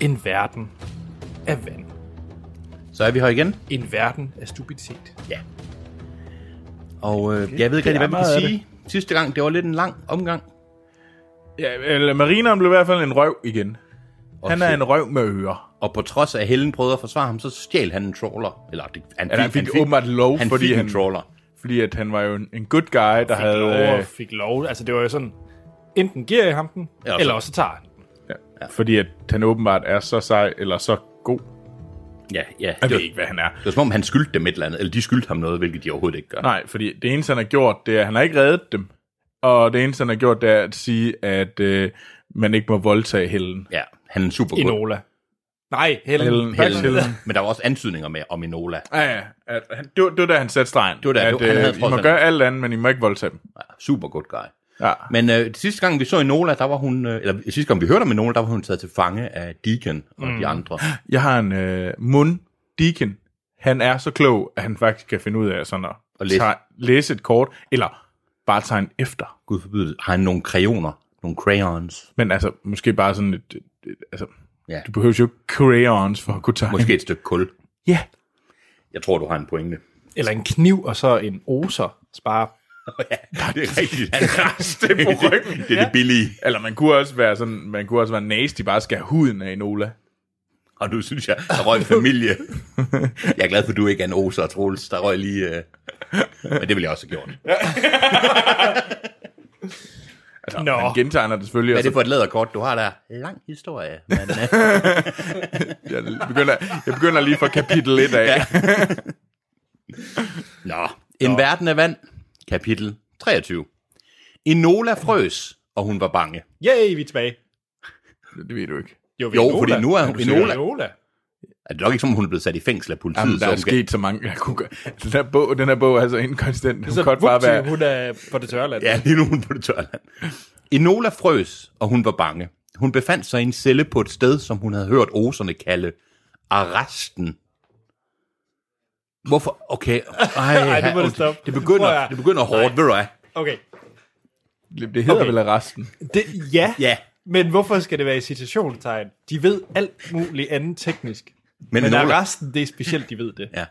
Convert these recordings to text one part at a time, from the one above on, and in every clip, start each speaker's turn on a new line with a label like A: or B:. A: En Verden af Vand.
B: Så er vi her igen.
A: En verden af stupiditet.
B: Ja. Og øh, okay. jeg ved ikke rigtig, hvad man kan sige. Sidste gang, det var lidt en lang omgang.
C: Ja, eller marineren blev i hvert fald en røv igen.
B: Og
C: Han er en røv med ører.
B: Og på trods af, at Helen prøvede at forsvare ham, så stjal han en trawler. Eller det, han,
C: han fik åbenbart lov,
B: han
C: fordi
B: fik
C: han-
B: en trawler.
C: Fordi at han var jo en, en good guy, der
A: Fik havde... lov,
C: havde...
A: og fik lov. Altså, det var jo sådan, enten giver jeg ham den,
B: Ja,
A: ja,
B: og
A: eller
B: så-
A: også tager jeg den.
C: Øh, ja. Fordi at han åbenbart er så sej, eller så god.
B: Ja, ja.
C: Jeg
B: Det
C: ved
B: var,
C: ikke, hvad han er.
B: det var som om, han skyldte dem et eller andet. Eller de skyldte ham noget, hvilket de overhovedet ikke gør.
C: Nej, fordi det eneste, han har gjort, det er, at han har ikke reddet dem. Og det eneste, han har gjort, det er at sige, at øh, man ikke må voldtage Helen.
B: Ja, han er en super god.
A: Inola. Nej, Helen.
C: Helen.
A: Helen.
C: Helen.
B: Men der var også antydninger med om Enola.
C: Ja, ja. At, han, det, var, det var da, han satte stregen. Det
B: var da,
C: at,
B: det var- han havde
C: øh, I
B: trods
C: må
B: alt-
C: gøre alt andet, men I må ikke voldtage dem.
B: Ja, super god guy.
C: Ja.
B: Men øh, det sidste gang, vi så Enola, der var hun... Øh, eller sidste gang, vi hørte om Enola, der var hun taget til fange af Deacon og mm. de andre.
C: Jeg har en øh, mund, Deacon. Han er så klog, at han faktisk kan finde ud af sådan at,
B: At læse.
C: læse. Tage, læse et kort, eller bare tegne efter.
B: Gud forbyde det. Har han nogle kreoner? Nogle crayons?
C: Men altså, måske bare sådan et... et, et altså,
B: Ja.
C: ja. Du behøver jo ikke crayons for at kunne tegne.
B: Måske et stykke kul.
C: Ja.
B: Jeg tror, du har en pointe.
A: Eller en kniv, og så en oser. Spare.
B: ja, det er rigtigt.
C: Kras, det er på ryggen.
B: det er det billige.
C: Eller man kunne også være sådan, man kunne også være nasty, bare skal have huden af en Ola.
B: Og du synes, jeg der røg familie. jeg er glad for, at du ikke er en oser og Troels. Der røg lige... Øh... Men det ville jeg også have gjort. Hvad
C: Altså,
A: Nå.
C: han gentegner det selvfølgelig,
B: er
C: og
B: det
C: så
B: for et læderkort, du har der? Lang historie. Men, øh,
C: jeg begynder, jeg begynder lige fra kapitel 1 af. Ja.
B: Nå. En Nå. verden af vand. Kapitel 23. Enola frøs, og hun var bange.
A: Yay, vi er tilbage.
C: Det ved du ikke.
A: vi
B: Jo,
A: Enola.
B: fordi nu er hun-
A: Du siger
B: Enola.
A: Enola.
B: Er det nok ikke, som om hun er blevet sat i fængsel af politiet?
C: Jamen, der
B: så
C: er
B: hun skal-
C: sket så mange, jeg kunne gøre. Den her bog, den her bog er så inkonstant. Den
A: Så
C: kunne godt bare
A: vupti,
C: være...
A: hun er på det tørre land.
B: Ja, lige nu er hun på det tørre land. Enola frøs, og hun var bange. Hun befandt sig i en celle på et sted, som hun havde hørt oserne kalde arresten. Hvorfor? Okay. Ej,
A: nu må det
B: okay.
A: stoppe.
B: Det
A: Prøv at
B: begynder,
A: høre.
B: det begynder hårdt, ved du hvad?
A: Okay.
C: Det hedder
A: Okay.
C: okay. vel resten.
A: Det, ja.
B: Ja.
A: Men hvorfor skal det være i citationstegn? De ved alt muligt andet teknisk.
B: Men,
A: Men
B: Enola,
A: er resten, det er specielt, de ved det.
B: ja.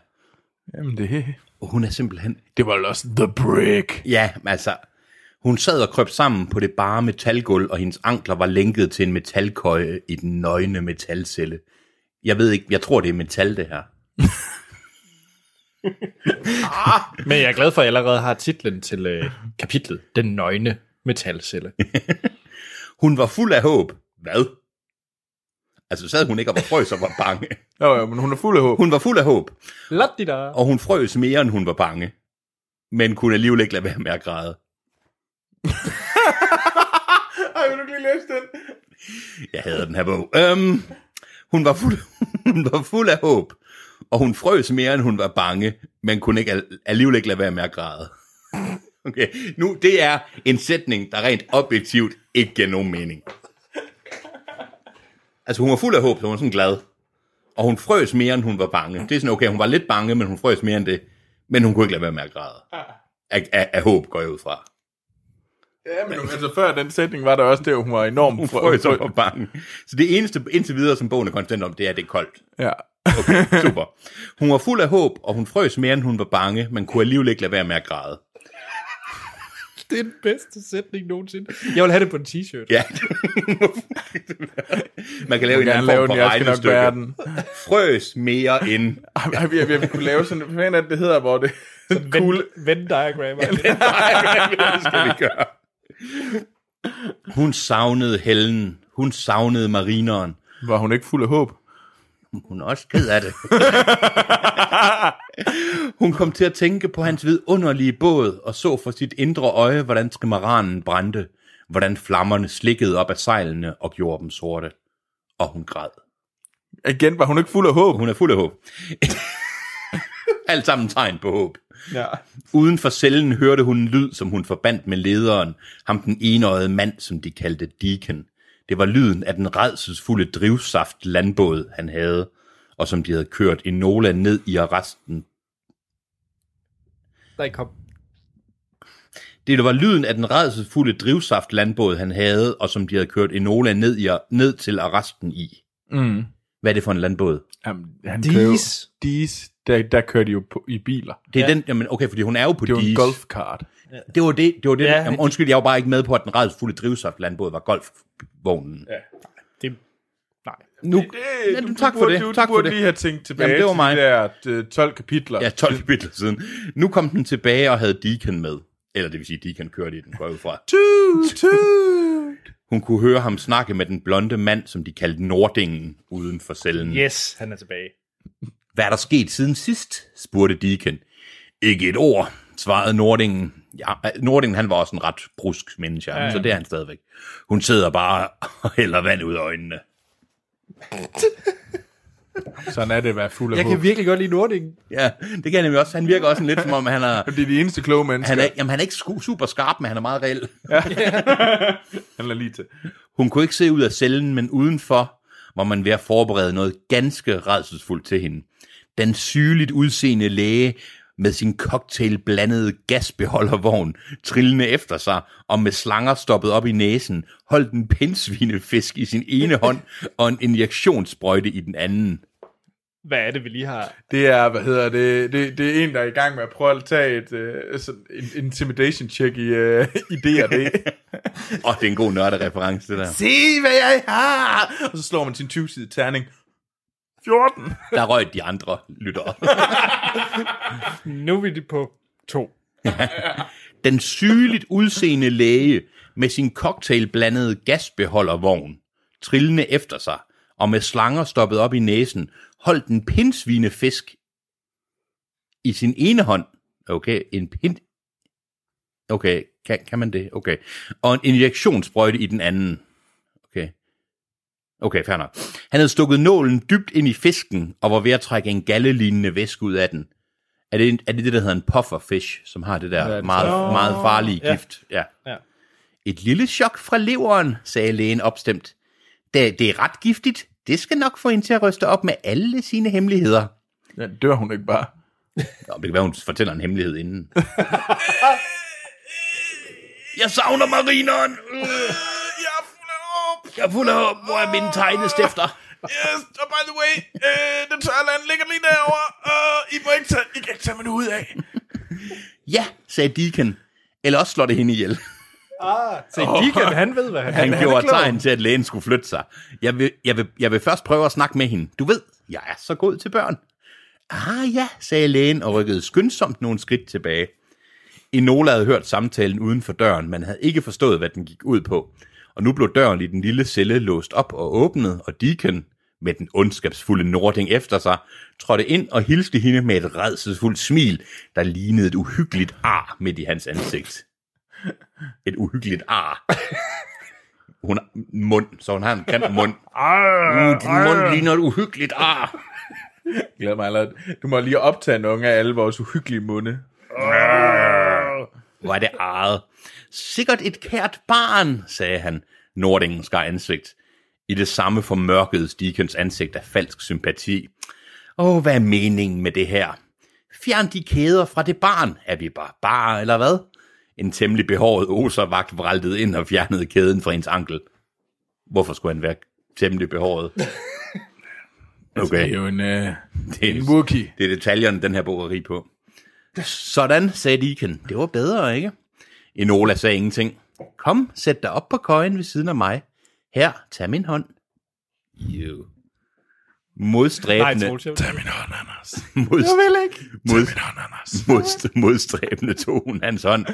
C: Jamen, det,
B: hun er simpelthen...
C: det var vel også The Brick.
B: Ja, men altså... Hun sad og krøb sammen på det bare metalgulv, og hendes ankler var lænket til en metalkøje i den nøgne metalcelle. Jeg ved ikke, jeg tror, det er metal, det her.
A: Men jeg er glad for, at jeg allerede har titlen til øh, kapitlet. Den nøgne metalcelle.
B: Hun var fuld af håb. Hvad? Altså sad hun ikke og var frøs og var bange.
C: Nå, ja, men hun er fuld af håb.
B: Hun var fuld af håb,
A: Lattida.
B: og hun frøs mere, end hun var bange. Men kunne alligevel ikke lade være med at græde.
C: Ej, vil du ikke lige læse den?
B: Jeg hader den her bog. Øhm, hun, var fuld, hun var fuld af håb, og hun frøs mere, end hun var bange, men kunne ikke, al- alligevel ikke lade være med at græde. Okay, nu det er en sætning, der rent objektivt ikke giver nogen mening. Altså hun var fuld af håb, så hun var sådan glad. Og hun frøs mere, end hun var bange. Det er sådan, okay, hun var lidt bange, men hun frøs mere end det. Men hun kunne ikke lade være med at græde. Af, af, af håb går jeg ud fra.
C: Ja, men altså før den sætning var der også det, at hun var enormt
B: Hun
C: frø-
B: frøs og var bange. Så det eneste indtil videre, som bogen er konstant om, det er, at det er koldt.
C: Ja.
B: Okay, super. Hun var fuld af håb, og hun frøs mere, end hun var bange, men kunne alligevel ikke lade være med at græde.
A: Det er den bedste sætning nogensinde. Jeg vil have det på en t-shirt.
B: Ja. Man kan lave en
C: Jeg kan
B: anden
C: lave
B: form
C: den,
B: for
C: jeg skal nok bære
B: regnestykke.
C: den.
B: Frøs mere end
C: Ej, ej, vi, vi, vi kunne lave sådan, hvad fanden er det, det hedder, hvor det
A: Cool. Venn diagram.
B: det skal vi gøre. Hun savnede Helen. Hun savnede marineren.
C: Var hun ikke fuld af håb?
B: Hun er også ked af det. Hun kom til at tænke på hans vidunderlige båd og så for sit indre øje, hvordan trimaranen brændte, hvordan flammerne slikkede op af sejlene og gjorde dem sorte. Og hun græd.
C: Igen, var hun ikke fuld af håb?
B: Hun er fuld af håb. Alt sammen tegn på håb.
A: ja.
B: Uden for cellen hørte hun en lyd, som hun forbandt med lederen, ham den enøjede mand, som de kaldte Deacon. Det var lyden af den redselsfulde drivsaft landbåd, han havde, og som de havde kørt i Nola ned i arresten.
A: Nej, kom.
B: Det var lyden af den redselsfulde drivsaft landbåd, han havde, og som de havde kørt Enola ned, i, ned til arresten i.
C: Mm.
B: Hvad er det for en landbåd?
C: Jamen, han
A: Dis.
C: kører jo- Dis, der, der kører de jo på, i biler.
B: Det er ja. den, jamen, okay, fordi hun er jo på
C: Det er jo en
B: dis.
C: golfkart.
B: Det var det, det var det.
A: Ja.
B: Ja. Jamen, undskyld, jeg var bare ikke med på, at den redselsfulde drivsaft landbåd var golfvognen. Ja.
A: Det, nej.
B: Nu,
C: Det,
B: ja,
C: du,
B: tak
C: du
B: for
C: burde,
B: det.
C: Du,
B: tak
C: du
B: for
C: burde
B: det.
C: lige have tænkt tilbage
B: Jamen, det var mig.
C: til de der øh, 12 kapitler.
B: Ja, 12 kapitler siden. Nu kom den tilbage og havde Deacon med. Eller det vil sige, Deacon kørte i den, går jeg ud fra.
C: Toot, toot.
B: Hun kunne høre ham snakke med den blonde mand, som de kaldte Nordingen, uden for cellen.
A: Yes, han er tilbage.
B: Hvad er der sket siden sidst? spurgte Deacon. Ikke et ord, svarede Nordingen. Ja, Nordingen han var også en ret brusk menneske, ja, ja. så det er han stadigvæk. Hun sidder bare og hælder vand ud af øjnene.
C: Sådan er det at være fuld af
A: Jeg
C: håb.
A: kan virkelig godt lide Nordingen.
B: Ja, det kan jeg nemlig også. Han virker også sådan lidt som om, han er...
C: Det er de eneste kloge mennesker,
B: Han er, jamen, han er ikke sku- super skarp, men han er meget reel.
C: han er lige til.
B: Hun kunne ikke se ud af cellen, men udenfor var man ved at forberede noget ganske redselsfuldt til hende. Den sygeligt udseende læge med sin cocktail blandede gasbeholdervogn trillende efter sig og med slanger stoppet op i næsen, holdt en pindsvinefisk i sin ene hånd og en injektionssprøjte i den anden.
A: Hvad er det, vi lige har?
C: Det er, hvad hedder det, det, det er en, der er i gang med at prøve at tage et uh, sådan, en intimidation check i, uh, i D&D.
B: Åh, oh, det er en god nørdereference, det der.
C: Se, hvad jeg har! Og så slår man sin 20-side terning. 14!
B: Der røg de andre lyttere.
A: Nu er vi det på to.
B: den sygeligt udseende læge med sin cocktail blandede gasbeholdervogn, trillende efter sig, og med slanger stoppet op i næsen, holdt en pindsvinefisk i sin ene hånd. Okay, en pind... Okay, kan, kan man det? Okay. Og en injektionssprøjte i den anden. Okay. Okay, fair nok. Han havde stukket nålen dybt ind i fisken, og var ved at trække en gallelignende væske ud af den. Er det, en- er det det, der hedder en pufferfish, som har det der
C: Ja, det
B: meget,
A: tror jeg.
B: meget farlige
A: Ja.
B: gift? Ja.
A: Ja.
B: Et lille chok fra leveren, sagde lægen opstemt. Det, det er ret giftigt. Det skal nok få hende til at ryste op med alle sine hemmeligheder.
C: Ja, dør hun ikke bare?
B: Nå, det kan være, hun fortæller en hemmelighed inden. jeg savner marineren.
C: Øh, Jeg er fuld af håb!
B: Jeg er fuld af håb. Hvor er mine tegnestifter?
C: Yes, og by the way, øh, den tørre land ligger lige derovre, og I må ikke tage, I kan ikke tage mig ud af.
B: Ja, sagde Deacon. Eller også slår det hende ihjel.
A: Se, Deacon, han ved, hvad han,
B: Han,
A: han
B: han gjorde
C: klog.
B: tegn til, at lægen skulle flytte sig. Jeg vil, jeg, vil, jeg vil først prøve at snakke med hende. Du ved, jeg er så god til børn. Ah ja, sagde lægen og rykkede skyndsomt nogle skridt tilbage. Enola havde hørt samtalen uden for døren, men havde ikke forstået, hvad den gik ud på. Og nu blev døren i den lille celle låst op og åbnet, og Deacon, med den ondskabsfulde Nording efter sig, trådte ind og hilste hende med et redselsfuldt smil, der lignede et uhyggeligt ar midt i hans ansigt. Et uhyggeligt ar. Hun har mund, så hun har en grim mund.
C: Ah,
B: Uh, din mund ligner et uhyggeligt ar.
C: Jeg glæder mig allerede. Du må lige optage nogle af alle vores uhyggelige munde.
B: Hvor er det arret. Sikkert et kært barn, sagde han. Nordingen skar ansigt. I det samme formørkede Deacons ansigt af falsk sympati. Åh, hvad er meningen med det her? Fjern de kæder fra det barn. Er vi bare bare, eller hvad? En temmelig behåret oservagt vraltede ind og fjernede kæden fra hendes ankel. Hvorfor skulle han være temmelig behåret?
C: Det er jo en, øh,
B: det er-
C: en wookie.
B: det er detaljerne, den her bog er rig på. Sådan, sagde Deacon. Det var bedre, ikke? Enola sagde ingenting. Kom, sæt dig op på køjen ved siden af mig. Her, tag min hånd. Jo.
A: Nej,
B: Modstræbende,
A: Troels, jeg
C: Tag min hånd, Anders.
B: modst,
A: vil ikke.
B: mod,
C: Min hånd, Anders.
B: modst, modstræbende tog hun hans hånd.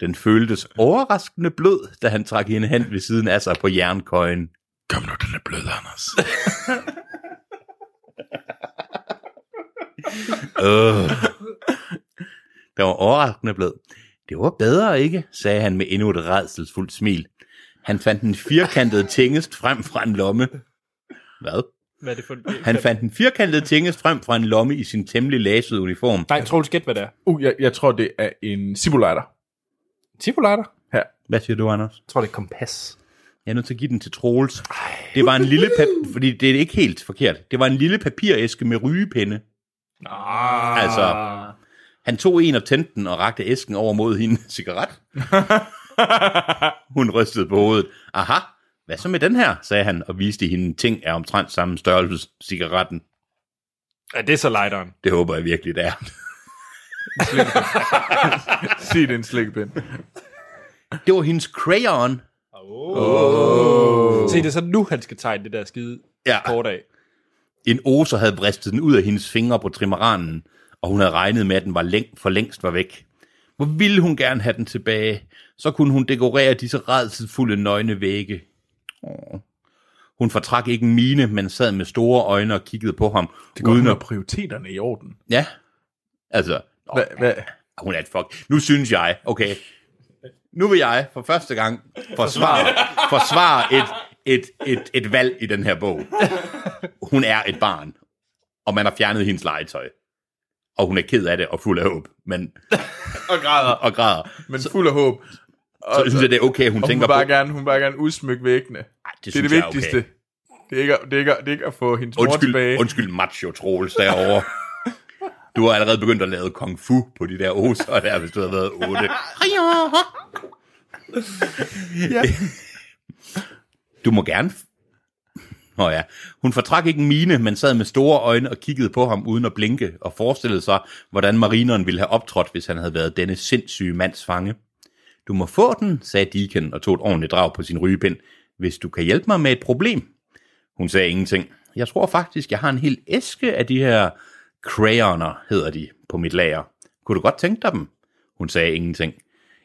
B: Den føltes overraskende blød, da han trak hende hen ved siden af sig på jernkøjen.
C: Kom nu, den er blød, Anders.
B: Øh. Det var overraskende blød. Det var bedre, ikke? sagde han med endnu et redselsfuldt smil. Han fandt en firkantet tingest frem fra en lomme. Hvad?
A: Hvad er det for en...
B: Han fandt en firkantet tingest frem fra en lomme i sin temmelig lasede uniform.
A: Nej, Troels, gæt hvad det er.
C: Uh, jeg, jeg tror, det er en simulator.
A: Tipolejder?
C: Her.
B: Hvad siger du, Anders?
A: Jeg tror, det er kompas.
B: Jeg er nødt til at give den til Troels. Det var en lille pap- fordi det er ikke helt forkert. Det var en lille papiræske med rygepinde.
A: Ah.
B: Altså, han tog en og tændte den og rakte æsken over mod hende cigaret. Hun rystede på hovedet. Aha, hvad så med den her, sagde han og viste hende en ting af omtrent samme størrelse som cigaretten.
A: Er det så lighteren?
B: Det håber jeg virkelig, det er.
C: Sig det er en slikpind.
B: Det var hendes crayon.
A: Oh. Se, det er så nu, han skal tegne det der skide
B: Ja.
A: kort af.
B: En oser havde bristet den ud af hendes fingre på trimaranen, og hun havde regnet med, at den var læng- for længst var væk. Hvor ville hun gerne have den tilbage? Så kunne hun dekorere disse redselsfulde nøgne vægge. Åh. Hun fortrak ikke en mine, men sad med store øjne og kiggede på ham.
C: Det går, når prioriteterne er i orden.
B: Ja, altså,
C: Hva, hva?
B: Og Ah, Hun er et fuck. Nu synes jeg, okay, nu vil jeg for første gang forsvare, forsvare et, et, et, et valg i den her bog. Hun er et barn, og man har fjernet hendes legetøj. Og hun er ked af det og fuld af håb, men,
C: Og græder.
B: og græder.
C: Men fuld af håb. Og,
B: Så synes jeg, det er okay, hun
C: og hun,
B: tænker
C: vil
B: på.
C: bare gerne, hun vil bare gerne udsmykke væggene.
B: Ej,
C: Det, det er
B: synes
C: det
B: jeg
C: vigtigste.
B: Okay.
C: Det, er ikke, at- det, er ikke, at- det er ikke at få hendes mor tilbage.
B: Undskyld, undskyld macho Troels derovre. Du har allerede begyndt at lave kung fu på de der oser der, hvis du havde været otte.
C: Ja.
B: Du må gerne... Nå ja, hun fortrak ikke en mine, men sad med store øjne og kiggede på ham uden at blinke, og forestillede sig, hvordan marineren ville have optrådt, hvis han havde været denne sindssyge mands fange. Du må få den, sagde Deacon og tog et ordentligt drag på sin rygepind, hvis du kan hjælpe mig med et problem. Hun sagde ingenting. Jeg tror faktisk, jeg har en hel æske af de her crayoner, hedder de, på mit lager. Kunne du godt tænke dig dem? Hun sagde ingenting.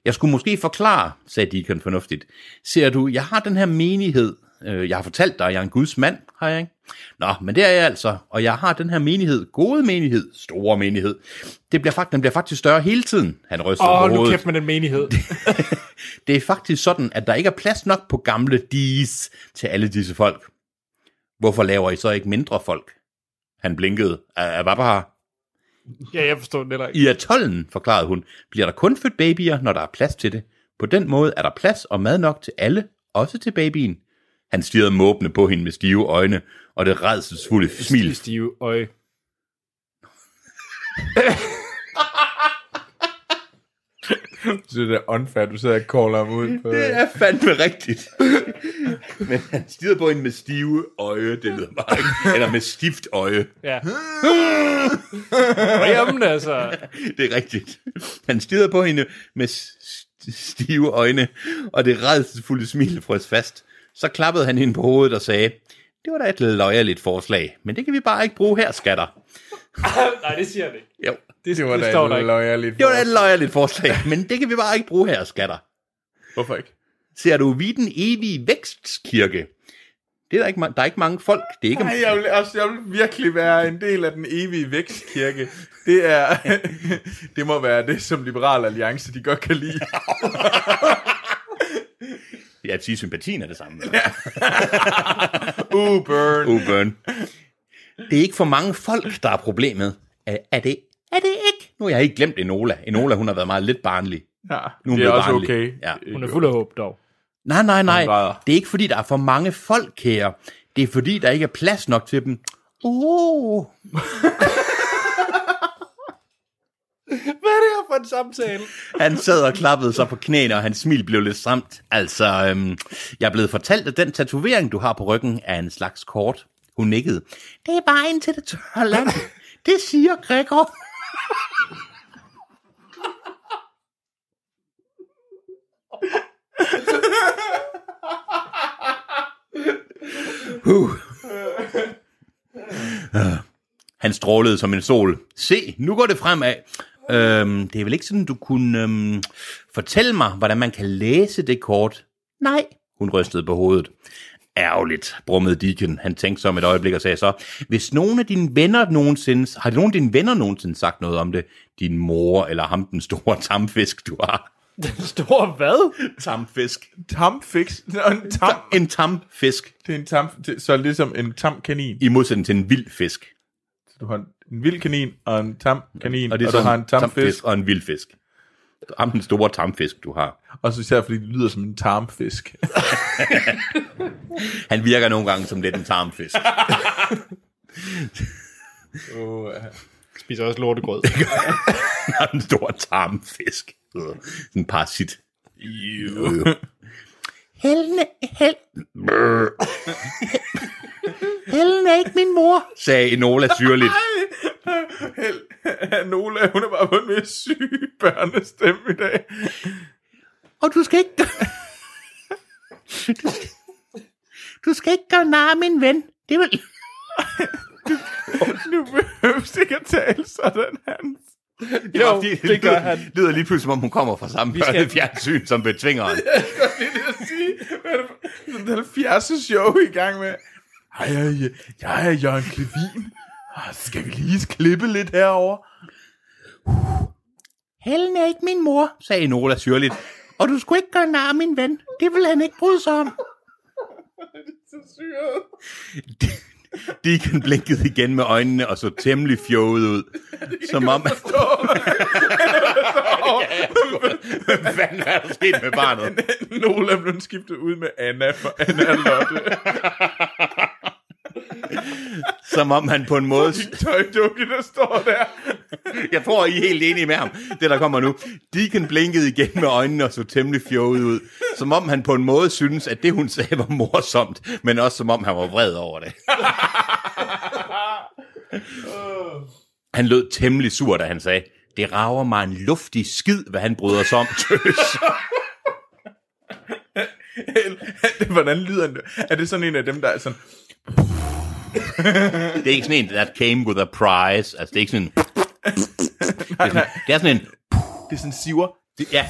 B: Jeg skulle måske forklare, sagde Deacon fornuftigt. Ser du, jeg har den her menighed. Øh, Jeg har fortalt dig, at jeg er en guds mand, har jeg ikke? Nå, men det er jeg altså, og jeg har den her menighed, gode menighed, store menighed. Det bliver, fakt- den bliver faktisk større hele tiden, han rystede
A: Åh,
B: på
A: oh, nu
B: hovedet.
A: kæft med den menighed.
B: Det er faktisk sådan, at der ikke er plads nok på gamle dies til alle disse folk. Hvorfor laver I så ikke mindre folk? Han blinkede. Er var bare
A: ja, jeg forstår det heller ikke.
B: I atollen, forklarede hun, bliver der kun født babyer, når der er plads til det. På den måde er der plads og mad nok til alle, også til babyen. Han stirrede måbende på hende med stive øjne, og det redselsfulde smil
A: Stive øje.
C: Det er da unfair, du sidder og caller ham ud. På,
B: Det er fandme rigtigt. Men han stirrede på hende med stive øje, det lyder bare ikke. Eller med stift øje.
A: Ja. Jamen altså.
B: Det er rigtigt. Han stirrede på hende med st- stive øjne, og det redselsfulde smil frøs fast. Så klappede han hende på hovedet og sagde, det var da et løjerligt forslag, men det kan vi bare ikke bruge her, skatter.
A: Nej, det siger han ikke.
B: Jo,
C: det var
A: det
C: da
A: står
C: et
A: der ikke.
C: løjerligt
B: det var da
C: forslag.
B: et løjerligt forslag, men det kan vi bare ikke bruge her, skatter.
C: Hvorfor ikke?
B: Ser du, vi er den evige vækstkirke. Det er der ikke, ma- der er ikke mange folk. Det er ikke,
C: Nej, jeg vil, altså, jeg vil virkelig være en del af den evige vækstkirke. Det er, det må være det, som Liberal Alliance, de godt kan lide.
B: jeg vil sige, sympatien er det samme.
C: Uh, burn.
B: Oh, burn. Det er ikke for mange folk, der er problemet. Er, er det? Er det ikke? Nu har jeg ikke glemt Enola. Enola, hun har været meget lidt barnlig.
C: Ja, det
B: Nu
C: er
B: blev
C: også
B: barnlig.
C: okay. Øh,
B: Ja.
A: Hun er fuld af håb dog.
B: Nej, nej, nej.
C: Hun græder.
B: Det er ikke, fordi der er for mange folk, kære. Det er, fordi der ikke er plads nok til dem. Oh.
A: Hvad er det her for en samtale?
B: Han sad og klappede sig på knæene, og hans smil blev lidt stramt. Altså, øhm, jeg er blevet fortalt, at den tatovering, du har på ryggen, er en slags kort. Hun nikkede. Det er vejen til det tørre land. Det siger Gregor. Huh. Øh. Han strålede som en sol. Se, nu går det fremad. Øhm, det er vel ikke sådan, du kunne øhm, fortælle mig, hvordan man kan læse det kort? Nej, hun rystede på hovedet. Ærgerligt, brummede Deacon. Han tænkte sig om et øjeblik og sagde så, hvis nogen af dine venner nogensinde, har nogen af dine venner nogensinde sagt noget om det? Din mor eller ham, den store tamfisk, du har.
A: Den store hvad?
B: Tamfisk.
C: Tamfix. Nå, En tam,
B: En tamfisk,
C: det er en tam, det, så ligesom en tam kanin.
B: i modsætning til en vild fisk.
C: Du har en, en vild kanin og en tam kanin, og,
B: det er
C: du
B: så
C: har en tamfisk.
B: og en vildfisk. Ham den store tamfisk, du har.
C: Også især fordi det lyder som en tarmfisk.
B: Han virker nogle gange som lidt en tarmfisk.
C: oh, ja.
A: Spiser også lortegrød.
B: Han er en stor tarmfisk. Øh, Sådan en parasit. Øh. Helen, hel... Brr. Helen er ikke min mor, sagde Enola syrligt.
C: Held, Nola, hun er bare på en mere syg børnestemme i dag.
B: Og du skal ikke... gøre- Du skal- Du skal ikke gøre nar af min ven. Det vil...
C: Nu behøves det ikke at tale sådan, Hans.
A: Jo, det gør han.
B: lyder lige pludselig, som om hun kommer fra samme børnefjernsyn som betvingeren.
C: Det er det, jeg siger. Hvad er det for- sådan et 70 show i gang med? Hej, jeg, jeg er Jørgen Klevin. Ah, Skal vi lige klippe lidt herover?
B: Helen er ikke min mor, sagde Enola syrligt. Og du skulle ikke gøre nar af min ven. Det vil han ikke bryde sig om. Deacon blinkede igen med øjnene og så temmelig fjoget ud. Som om... Hvad fanden er der sket med barnet?
C: Nola blev skiftet ud med Anna for Anna og Lotte.
B: Som om han på en måde...
C: Tøjdukke, der står der.
B: Jeg tror, I er helt enige med ham, det der kommer nu. Deacon blinkede igen med øjnene og så temmelig fjoget ud. Som om han på en måde synes, at det, hun sagde, var morsomt, men også som om han var vred over det. Han lød temmelig sur, da han sagde, det rager mig en luftig skid, hvad han bryder sig om, tøs.
C: Held, Hvordan lyder den? Er det sådan en af dem, der er sådan...
B: Det er ikke sådan en, that came with a prize. Altså, det er ikke sådan en...
C: Nej, nej,
B: Det er sådan en...
C: det er sådan siver.
B: Det, ja,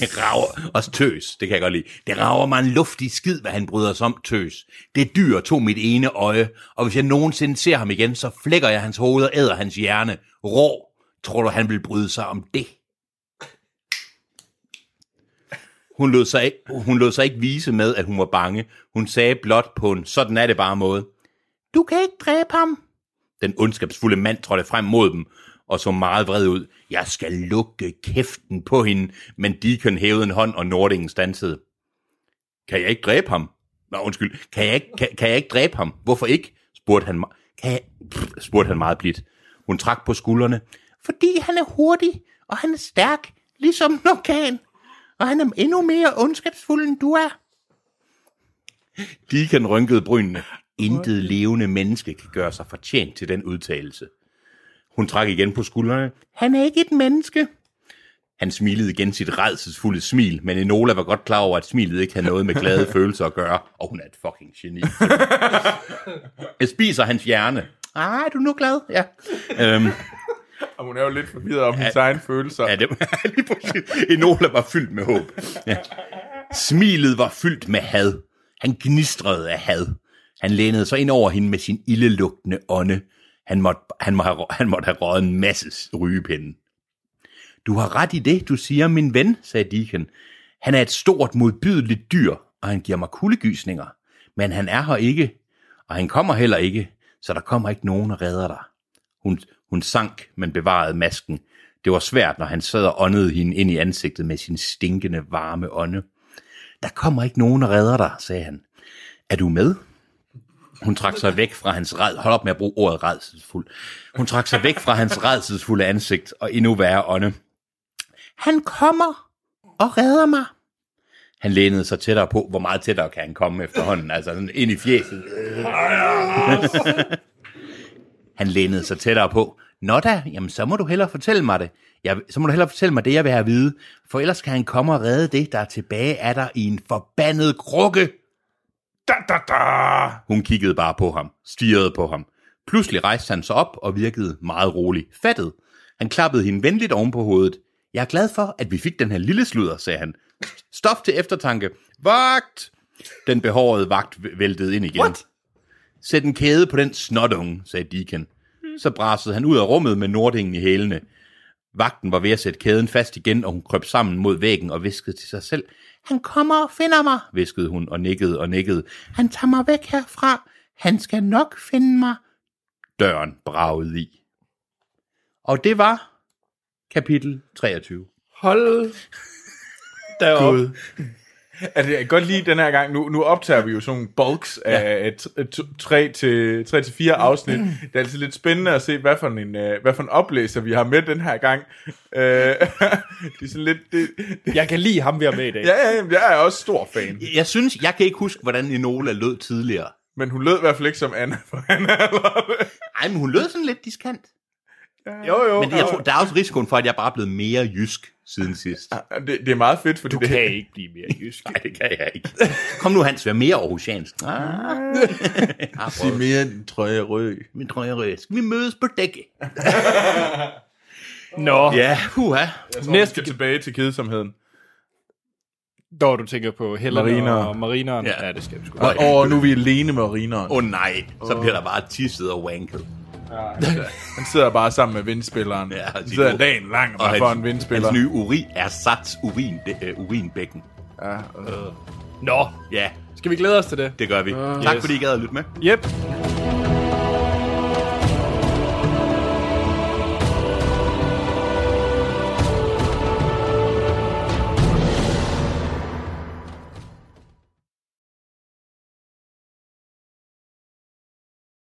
B: det rager... Også tøs, det kan jeg godt lide. Det rager mig en luftig skid, hvad han bryder sig om, tøs. Det dyr tog mit ene øje, og hvis jeg nogensinde ser ham igen, så flækker jeg hans hoved og æder hans hjerne. Rå, tror du, han vil bryde sig om det? Hun lod, sig ikke, hun lod sig ikke vise med, at hun var bange. Hun sagde blot på en sådan er det bare måde. Du kan ikke dræbe ham. Den ondskabsfulde mand trådte frem mod dem og så meget vred ud. Jeg skal lukke kæften på hende, men Deacon hævede en hånd, og Nordingen stansede. Kan jeg ikke dræbe ham? Nå, undskyld. Kan jeg ikke, kan, kan jeg ikke dræbe ham? Hvorfor ikke? spurgte han, me- kan jeg, pff, spurgte han meget blidt. Hun trak på skuldrene. Fordi han er hurtig, og han er stærk, ligesom en orkan. Og han er endnu mere ondskabsfuld, end du er. Deacon rynkede brynene. Intet levende menneske kan gøre sig fortjent til den udtalelse. Hun trak igen på skuldrene. Han er ikke et menneske. Han smilede igen sit redselsfulde smil, men Enola var godt klar over, at smilet ikke havde noget med glade følelser at gøre, og hun er et fucking geni. Jeg spiser hans hjerne. Ah, er du nu glad? Ja. Øhm,
C: Og "Ah, hun er jo lidt forvirret om hendes egen følelser.
B: Ja, det var lige præcis. Enola var fyldt med håb. Ja. Smilet var fyldt med had. Han gnistrede af had. Han lænede sig ind over hende med sin ildelugtende ånde. Han måtte, han, må have, han måtte have røget en masse rygepinde. Du har ret i det, du siger, min ven, sagde Deacon. Han er et stort, modbydeligt dyr, og han giver mig kuldegysninger. Men han er her ikke, og han kommer heller ikke, så der kommer ikke nogen og redder dig. Hun, hun sank, men bevarede masken. Det var svært, når han sad og åndede hende ind i ansigtet med sin stinkende, varme ånde. Der kommer ikke nogen og redder dig, sagde han. Er du med? Hun trak sig væk fra hans red. Hold op med at bruge ordet redselsfuld. Hun trak sig væk fra hans redselsfulde ansigt og endnu værre ånde. Han kommer og redder mig. Han lænede sig tættere på. Hvor meget tættere kan han komme efterhånden? Altså sådan ind i fjeset. Han lænede sig tættere på. Nå da, jamen så må du hellere fortælle mig det. Jeg, så må du hellere fortælle mig det, jeg vil have at vide. For ellers kan han komme og redde det, der er tilbage af dig i en forbandet krukke.
C: Da, da, da.
B: Hun kiggede bare på ham, stirrede på ham. Pludselig rejste han sig op og virkede meget rolig. Fattet. Han klappede hende venligt oven på hovedet. Jeg er glad for, at vi fik den her lille sludder, sagde han. Stof til eftertanke. Vagt! Den behårede vagt væltede ind igen. What? Sæt en kæde på den snotunge, sagde Deacon. Så brasede han ud af rummet med nordingen i hælene. Vagten var ved at sætte kæden fast igen, og hun krøb sammen mod væggen og viskede til sig selv. Han kommer og finder mig, viskede hun og nikkede og nikkede. Han tager mig væk herfra. Han skal nok finde mig. Døren bragede i. Og det var kapitel 23.
A: Hold deroppe.
B: Gud.
C: Altså, jeg kan godt lide den her gang, nu, nu optager vi jo sådan nogle bulks af 3 til, tre til 4 afsnit. Det er altid lidt spændende at se, hvad for en, øh, hvad for en oplæser vi har med den her gang. Øh, det er sådan lidt... Det, det,
A: Jeg kan lide ham, vi har med i dag.
C: ja, ja, jamen, jeg er også stor fan.
B: Jeg synes, jeg kan ikke huske, hvordan Enola lød tidligere.
C: Men hun lød i hvert fald ikke som Anna, for Anna Lotte.
B: Ej, men hun lød sådan lidt diskant.
C: Jo, jo.
B: Men det, jeg tror, der er også risikoen for, at jeg bare er blevet mere jysk siden sidst.
C: det, det er meget fedt, fordi
A: Du
C: det,
A: kan ikke blive mere jysk.
B: Nej, det kan jeg ikke. Kom nu, Hans, vær mere aarhusiansk. Ah. Ah, prøv.
C: mere end trøje rød.
B: Min trøjerød. Skal vi mødes på dækket?
A: Nå, ja.
B: Ja, huha.
C: Næste
A: Næste-
C: skal tilbage til kedsomheden.
A: når du tænker på Helen
C: Mariner.
A: og marineren.
B: Ja.
A: Ja. ja, det skal vi sgu.
B: Åh
A: godt.
B: ja.
C: Og nu er vi alene med urineren.
B: Åh oh, nej, så bliver der bare tisset og wanket.
C: Han sidder bare sammen med vindspilleren.
B: Ja,
C: han
B: de
C: sidder
B: gode.
C: dagen lang og bare for en vindspiller.
B: hans nye urin er sats urin, det, uh, urinbækken.
C: Ja, og-
A: Nå,
B: Ja,
A: skal vi glæde os til det?
B: det gør vi. Uh, tak
A: Yes.
B: fordi I gad at lytte med.
A: Yep.